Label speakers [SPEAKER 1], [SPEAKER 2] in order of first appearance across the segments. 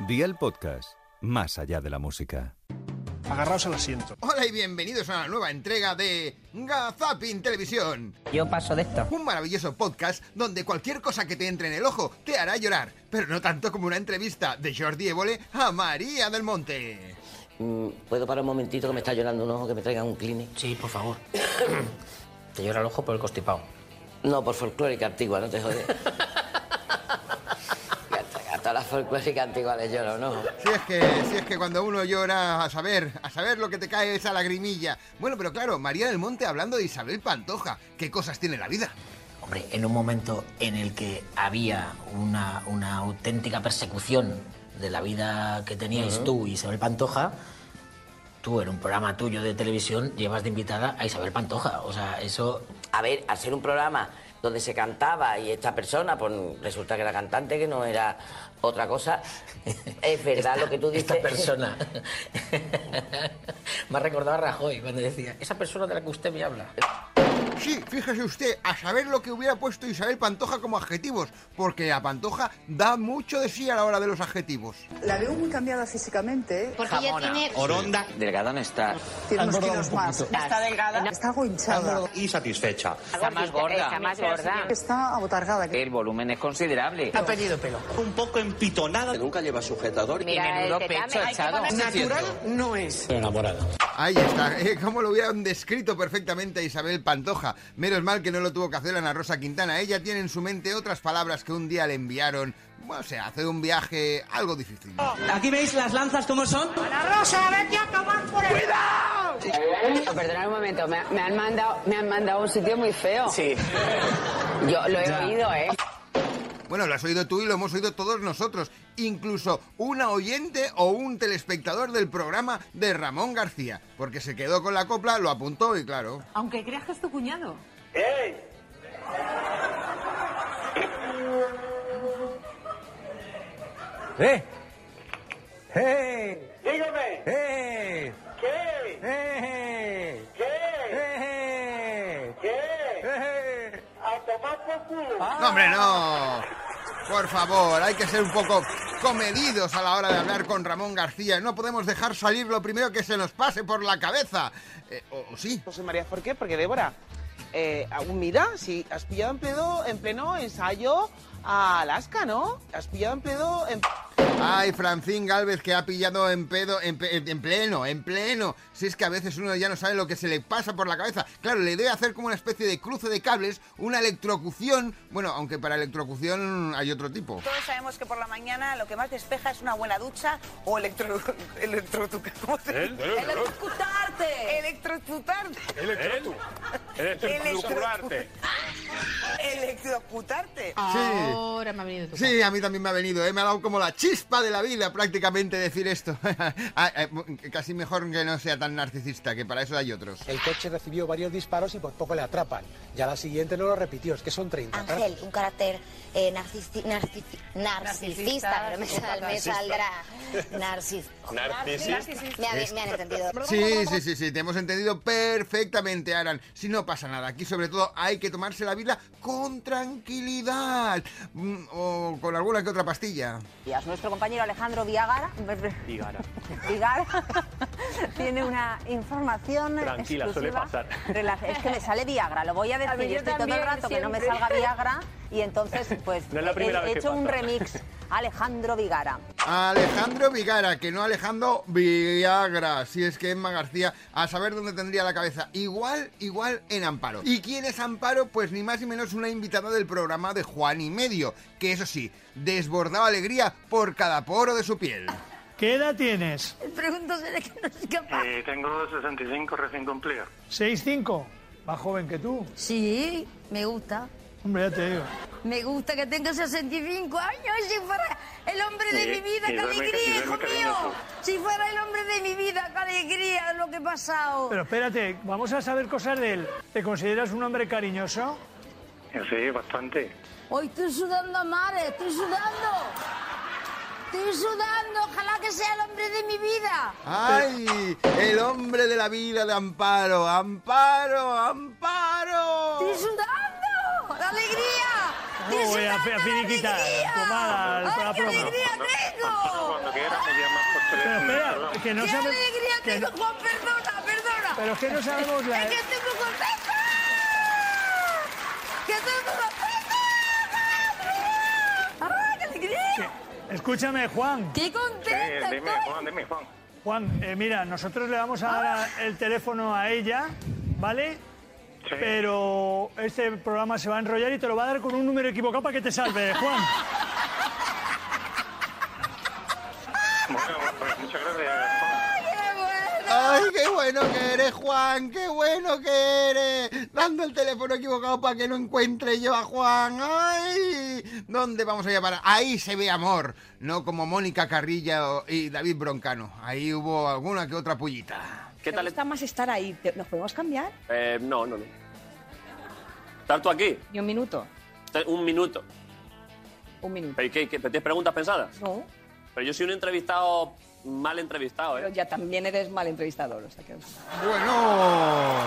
[SPEAKER 1] Día el podcast, más allá de la música.
[SPEAKER 2] Agarraos al asiento.
[SPEAKER 3] Hola y bienvenidos a la nueva entrega de Gazapin Televisión,
[SPEAKER 4] Yo paso de esto.
[SPEAKER 3] un maravilloso podcast donde cualquier cosa que te entre en el ojo te hará llorar, pero no tanto como una entrevista de Jordi Évole a María del Monte.
[SPEAKER 5] Mm, ¿Puedo parar un momentito que me está llorando un ojo, que me traigan un clinic?
[SPEAKER 4] Sí, por favor. Te llora el ojo por el constipado.
[SPEAKER 5] No, por folclórica antigua, no te jodes. Ya está, a todas las folclóricas antiguas les lloro, ¿no?
[SPEAKER 3] Si es que, si es que cuando uno llora a saber, a saber lo que te cae esa lagrimilla. Bueno, pero claro, María del Monte hablando de Isabel Pantoja, qué cosas tiene la vida.
[SPEAKER 4] Hombre, en un momento en el que había una, una auténtica persecución de la vida que teníais tú y Isabel Pantoja, tú en un programa tuyo de televisión llevas de invitada a Isabel Pantoja. O sea, eso...
[SPEAKER 5] A ver, hacer un programa donde se cantaba y esta persona, pues resulta que era cantante, que no era otra cosa. Es verdad
[SPEAKER 4] Esta-
[SPEAKER 5] lo que tú dices.
[SPEAKER 4] Esta persona. me ha recordado a Rajoy cuando decía, esa persona de la que usted me habla.
[SPEAKER 3] Sí, fíjese usted, a saber lo que hubiera puesto Isabel Pantoja como adjetivos, porque a Pantoja da mucho de sí a la hora de los adjetivos.
[SPEAKER 6] La veo muy cambiada físicamente. ¿eh?
[SPEAKER 7] Porque ella tiene
[SPEAKER 8] Oronda
[SPEAKER 9] Delgada no está.
[SPEAKER 6] Tiene unos kilos más.
[SPEAKER 7] Está delgada.
[SPEAKER 6] Está algo hinchada.
[SPEAKER 8] y satisfecha.
[SPEAKER 9] Está más gorda.
[SPEAKER 7] Está más gorda.
[SPEAKER 6] Está abotargada.
[SPEAKER 9] El volumen es considerable.
[SPEAKER 4] perdido pelo.
[SPEAKER 8] Un poco empitonada. Nunca lleva sujetador.
[SPEAKER 9] Y menudo pecho echado.
[SPEAKER 3] Ahí está, eh, cómo lo hubieran descrito perfectamente a Isabel Pantoja. Menos mal que no lo tuvo que hacer Ana Rosa Quintana. Ella tiene en su mente otras palabras que un día le enviaron. Bueno, o sea, hacer un viaje algo difícil.
[SPEAKER 10] Aquí veis las lanzas como son.
[SPEAKER 7] Oh, Perdonad un momento, me, me han mandado, me han mandado a un sitio muy feo. Sí. Yo lo he oído, ¿eh?
[SPEAKER 3] Bueno, lo has oído tú y lo hemos oído todos nosotros. Incluso una oyente o un telespectador del programa de Ramón García. Porque se quedó con la copla, lo apuntó y claro.
[SPEAKER 7] Aunque creas que es tu cuñado.
[SPEAKER 10] ¡Eh! ¡Eh! ¡Dígame! ¡Eh! ¿Qué? ¡Eh! ¿Qué? ¡Eh! ¿Qué? ¡Eh! Ah,
[SPEAKER 3] No, hombre, no. Por favor, hay que ser un poco comedidos a la hora de hablar con Ramón García. No podemos dejar salir lo primero que se nos pase por la cabeza. Eh, o, o sí.
[SPEAKER 10] José María, ¿por qué? Porque Débora, eh, aún mira, si has pillado en pleno, en pleno ensayo a Alaska, ¿no? Has pillado en pleno... en-
[SPEAKER 3] Ay, Francín Galvez que ha pillado en pedo, en, pe- en pleno, en pleno. Si es que a veces uno ya no sabe lo que se le pasa por la cabeza. Claro, le debe hacer como una especie de cruce de cables, una electrocución. Bueno, aunque para electrocución hay otro tipo.
[SPEAKER 11] Todos sabemos que por la mañana lo que más despeja es una buena ducha o electro... electro... ¿Cómo se dice? Electrocutarte. Electrocutarte. Electrocutarte. Electrocutarte.
[SPEAKER 3] Sí.
[SPEAKER 7] Ahora me ha venido tu
[SPEAKER 3] Sí, a mí también me ha venido, ¿eh? me ha dado como la chispa de la vida prácticamente decir esto. Ah, eh, Casi mejor que no sea tan narcisista, que para eso hay otros.
[SPEAKER 10] El coche recibió varios disparos y por poco le atrapan. Ya la siguiente no lo repitió, es que son 30.
[SPEAKER 7] Ángel, un carácter eh, narcisti- narcisti- narcisista, pero me, sal- me saldrá. Narcis. Narcisista. Me, han- me han entendido.
[SPEAKER 3] Sí, sí, sí, sí, te hemos entendido perfectamente, Aran. Si no pasa nada, aquí sobre todo hay que tomarse la vida con tranquilidad. Mm, O con alguna que otra pastilla.
[SPEAKER 11] Nuestro compañero Alejandro Viagara... Vigara. tiene una información
[SPEAKER 8] Tranquila, suele
[SPEAKER 11] exclusiva.
[SPEAKER 8] pasar.
[SPEAKER 11] Rela- Es que me sale Viagra, lo voy a decir. yo estoy todo el rato que no me salga Viagra y entonces pues
[SPEAKER 8] No es la primera
[SPEAKER 11] he, he
[SPEAKER 8] vez que
[SPEAKER 11] hecho un
[SPEAKER 8] pasa.
[SPEAKER 11] remix. Alejandro Vigara.
[SPEAKER 3] Alejandro Vigara, que no Alejandro Viagra, si es que Emma García, a saber dónde tendría la cabeza. Igual, igual en Amparo. ¿Y quién es Amparo? Pues ni más ni menos una invitada del programa de Juan y Medio, que eso sí, desbordaba alegría por cada poro de su piel.
[SPEAKER 2] ¿Qué edad tienes?
[SPEAKER 7] Pregunto de que no soy capaz.
[SPEAKER 8] tengo 65 recién cumplido.
[SPEAKER 2] ¿6'5? Más joven que tú.
[SPEAKER 7] Sí, me gusta.
[SPEAKER 2] Hombre, ya te digo.
[SPEAKER 7] Me gusta que tenga 65 años. Si fuera el hombre de
[SPEAKER 8] Sí,
[SPEAKER 7] mi vida,
[SPEAKER 8] sí,
[SPEAKER 7] qué
[SPEAKER 8] duerme- sí,
[SPEAKER 7] alegría,
[SPEAKER 8] duerme
[SPEAKER 7] hijo mío.
[SPEAKER 8] cariñoso.
[SPEAKER 7] Si fuera el hombre de mi vida, qué alegría lo que he pasado.
[SPEAKER 2] Pero espérate, vamos a saber cosas de él. ¿Te consideras un hombre cariñoso?
[SPEAKER 8] Sí, bastante.
[SPEAKER 7] Hoy estoy sudando a mares, estoy sudando. Estoy sudando, ojalá que sea el hombre de mi vida.
[SPEAKER 3] ¡Ay! El hombre de la vida de Amparo. ¡Amparo! ¡Amparo!
[SPEAKER 7] Estoy sudando. ¡La alegría!
[SPEAKER 2] No voy a, a finiquitar. Tomada, la
[SPEAKER 11] ¡Qué
[SPEAKER 2] promo.
[SPEAKER 11] alegría tengo!
[SPEAKER 2] Pero espera, que no
[SPEAKER 11] ¡Qué
[SPEAKER 2] sabe-
[SPEAKER 11] alegría
[SPEAKER 2] que
[SPEAKER 11] tengo!
[SPEAKER 2] no-
[SPEAKER 11] Juan, perdona, perdona.
[SPEAKER 2] Pero es que no sabemos la- e-
[SPEAKER 11] ¡Es que estoy muy contenta! ¡Que estoy muy contenta! ¡Ah, qué alegría!
[SPEAKER 2] Escúchame, Juan.
[SPEAKER 11] ¡Qué contenta estoy!
[SPEAKER 2] dime, Juan. Juan, eh, mira, nosotros le vamos a dar a- el teléfono a ella, ¿vale? Pero este programa se va a enrollar y te lo va a dar con un número equivocado para que te salve, Juan.
[SPEAKER 8] Bueno, pues muchas gracias.
[SPEAKER 3] ¡Ay, qué bueno que eres, Juan! ¡Qué bueno que eres! Dando el teléfono equivocado para que no encuentre yo a Juan. ¡Ay! ¿Dónde vamos a llamar? Ahí se ve amor, no como Mónica Carrilla o- y David Broncano. Ahí hubo alguna que otra pullita.
[SPEAKER 12] ¿Qué tal?
[SPEAKER 13] gusta más estar ahí. ¿Te- ¿Nos podemos cambiar?
[SPEAKER 12] Eh, no, no, no. ¿Estar tú aquí?
[SPEAKER 13] ¿Y un minuto?
[SPEAKER 12] Te- Un minuto.
[SPEAKER 13] Un minuto.
[SPEAKER 12] ¿Pero qué, qué- ¿Te tienes preguntas pensadas?
[SPEAKER 13] No,
[SPEAKER 12] Pero yo soy un entrevistado mal entrevistado,
[SPEAKER 13] pero
[SPEAKER 12] ¿eh?
[SPEAKER 13] ya también eres mal entrevistador. O sea que...
[SPEAKER 3] Bueno.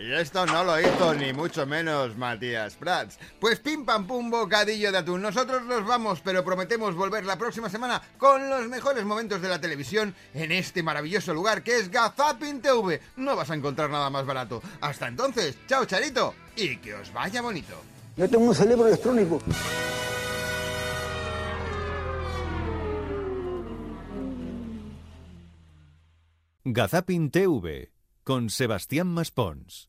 [SPEAKER 3] Y esto no lo hizo ni mucho menos Matías Prats. Pues pim pam pum bocadillo de atún. Nosotros nos vamos, pero prometemos volver la próxima semana con los mejores momentos de la televisión en este maravilloso lugar que es Gazapin TV. No vas a encontrar nada más barato. Hasta entonces, chao Charito y que os vaya bonito.
[SPEAKER 14] Yo tengo un cerebro electrónico.
[SPEAKER 1] Gazapin TV con Sebastián Maspons.